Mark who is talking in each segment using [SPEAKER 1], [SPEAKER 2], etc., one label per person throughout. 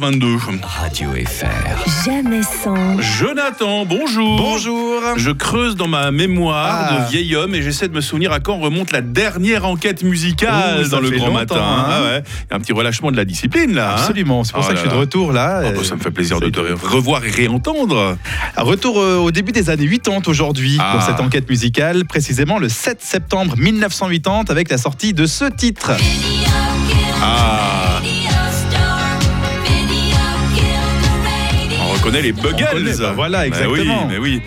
[SPEAKER 1] 22.
[SPEAKER 2] Radio FR.
[SPEAKER 3] Jamais sans,
[SPEAKER 1] Jonathan, bonjour.
[SPEAKER 4] Bonjour.
[SPEAKER 1] Je creuse dans ma mémoire
[SPEAKER 4] Ah.
[SPEAKER 1] de vieil homme et j'essaie de me souvenir à quand remonte la dernière enquête musicale
[SPEAKER 4] Ouh, Oh, ça
[SPEAKER 1] dans le
[SPEAKER 4] fait
[SPEAKER 1] grand matin.
[SPEAKER 4] longtemps, hein.
[SPEAKER 1] Ah ouais. Il y a un petit relâchement de la discipline là. hein.
[SPEAKER 4] Ah, Absolument, c'est pour
[SPEAKER 1] Oh
[SPEAKER 4] ça que
[SPEAKER 1] là
[SPEAKER 4] je suis de
[SPEAKER 1] là.
[SPEAKER 4] retour là.
[SPEAKER 1] Ah bah, ça me fait plaisir
[SPEAKER 4] Ça
[SPEAKER 1] de
[SPEAKER 4] y
[SPEAKER 1] te revoir et réentendre.
[SPEAKER 4] Un Retour euh, au début des années 80 aujourd'hui
[SPEAKER 1] Ah.
[SPEAKER 4] pour cette enquête musicale, précisément le 7 septembre 1980 avec la sortie de ce titre.
[SPEAKER 1] Ah, on reconnaît les Buggles.
[SPEAKER 4] On reconnaît, bah voilà,
[SPEAKER 1] Bah oui,
[SPEAKER 4] exactement.
[SPEAKER 1] mais oui.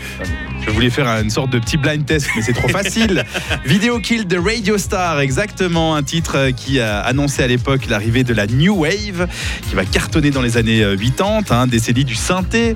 [SPEAKER 4] Je voulais faire une sorte de petit blind test, mais c'est trop facile. Video Kill de Radio Star, exactement, un titre qui a annoncé à l'époque l'arrivée de la New Wave, qui va cartonner dans les années euh, 80, hein, décennie du synthé.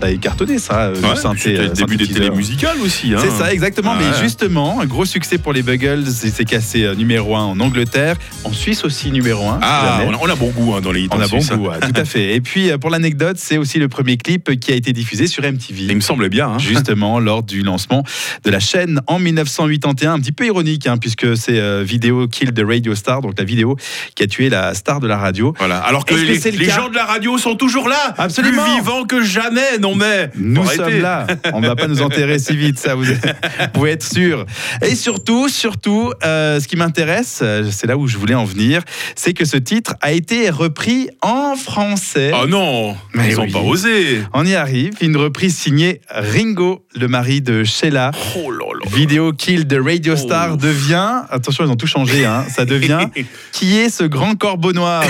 [SPEAKER 4] Ça a cartonné ça, euh, du
[SPEAKER 1] Ouais,
[SPEAKER 4] synthé,
[SPEAKER 1] c'était
[SPEAKER 4] euh,
[SPEAKER 1] le début des
[SPEAKER 4] synthétiseur.
[SPEAKER 1] télé musicales aussi. hein.
[SPEAKER 4] C'est ça, exactement.
[SPEAKER 1] Ah
[SPEAKER 4] mais
[SPEAKER 1] ouais.
[SPEAKER 4] justement, un gros succès pour les Buggles. Il s'est cassé euh, numéro 1 en Angleterre, en Suisse aussi numéro 1.
[SPEAKER 1] Ah, on a, on a bon goût hein, dans les hits
[SPEAKER 4] on
[SPEAKER 1] en
[SPEAKER 4] a bon
[SPEAKER 1] Suisse, hein.
[SPEAKER 4] goût, ouais, tout à fait. Et puis, euh, pour l'anecdote, c'est aussi le premier clip qui a été diffusé sur MTV.
[SPEAKER 1] Il me semblait bien. hein.
[SPEAKER 4] Justement, lors du lancement de la chaîne en 1981, un petit peu ironique, hein, puisque c'est euh, vidéo Kill the Radio Star, donc la vidéo qui a tué la star de la radio.
[SPEAKER 1] Voilà. Alors que
[SPEAKER 4] Est-ce que
[SPEAKER 1] les,
[SPEAKER 4] c'est le
[SPEAKER 1] les
[SPEAKER 4] cas
[SPEAKER 1] gens de la radio sont toujours là,
[SPEAKER 4] Absolument.
[SPEAKER 1] plus vivants que jamais, non mais.
[SPEAKER 4] Nous
[SPEAKER 1] Arrêtez.
[SPEAKER 4] sommes là. On ne va pas nous enterrer si vite, ça, vous pouvez être sûr. Et surtout, surtout, euh, ce qui m'intéresse, euh, c'est là où je voulais en venir, c'est que ce titre a été repris en français.
[SPEAKER 1] Oh non,
[SPEAKER 4] Mais
[SPEAKER 1] ils ont
[SPEAKER 4] oui.
[SPEAKER 1] pas osé.
[SPEAKER 4] On y arrive. Une reprise signée Ringo, le mari de Sheila.
[SPEAKER 1] Oh là là.
[SPEAKER 4] Vidéo Kill de Radio Star
[SPEAKER 1] Oh.
[SPEAKER 4] devient, attention ils ont tout changé, hein, ça devient Qui est ce grand corbeau noir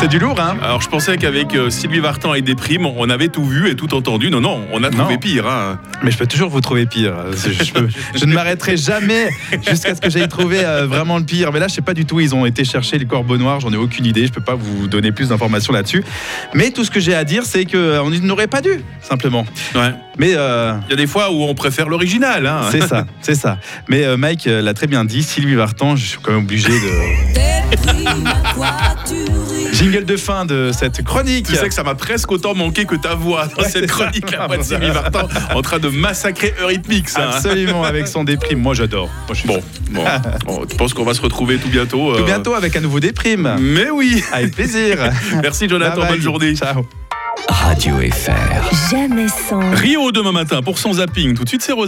[SPEAKER 4] C'est du lourd, hein
[SPEAKER 1] Alors je pensais qu'avec euh, Sylvie Vartan et Déprime, on avait tout vu et tout entendu. Non, non, on a trouvé
[SPEAKER 4] Non.
[SPEAKER 1] pire. hein.
[SPEAKER 4] Mais je peux toujours vous trouver pire. Je, je peux- je ne m'arrêterai jamais jusqu'à ce que j'aille trouver euh, vraiment le pire. Mais là, je sais pas du tout. Ils ont été chercher les corbeaux noirs. J'en ai aucune idée. Je peux pas vous donner plus d'informations là-dessus. Mais tout ce que j'ai à dire, c'est que euh, on n'aurait pas dû, simplement.
[SPEAKER 1] Ouais.
[SPEAKER 4] Mais euh,
[SPEAKER 1] Il y a des fois où on préfère l'original. hein.
[SPEAKER 4] c'est ça, c'est ça. Mais euh, Mike euh, l'a très bien dit. Sylvie Vartan, je suis quand même obligé de jingle de fin de cette chronique.
[SPEAKER 1] Tu sais que ça m'a presque autant manqué que ta voix dans
[SPEAKER 4] Ouais,
[SPEAKER 1] cette
[SPEAKER 4] c'est ça. Ah,
[SPEAKER 1] chronique, la voix de Sylvie Vartan, en train de massacrer Eurythmics. hein.
[SPEAKER 4] Absolument, avec son déprime. Moi, j'adore. Moi, je suis
[SPEAKER 1] Bon, bon, bon, je pense qu'on va se retrouver tout bientôt.
[SPEAKER 4] Tout
[SPEAKER 1] euh, Mm.
[SPEAKER 4] bientôt avec un nouveau déprime.
[SPEAKER 1] Mais oui.
[SPEAKER 4] Avec plaisir.
[SPEAKER 1] Merci Jonathan,
[SPEAKER 4] Bye bye.
[SPEAKER 1] bonne journée.
[SPEAKER 4] Ciao.
[SPEAKER 2] Radio FR.
[SPEAKER 3] jamais sans.
[SPEAKER 1] Rio demain matin pour son zapping. Tout de suite, c'est Rosa.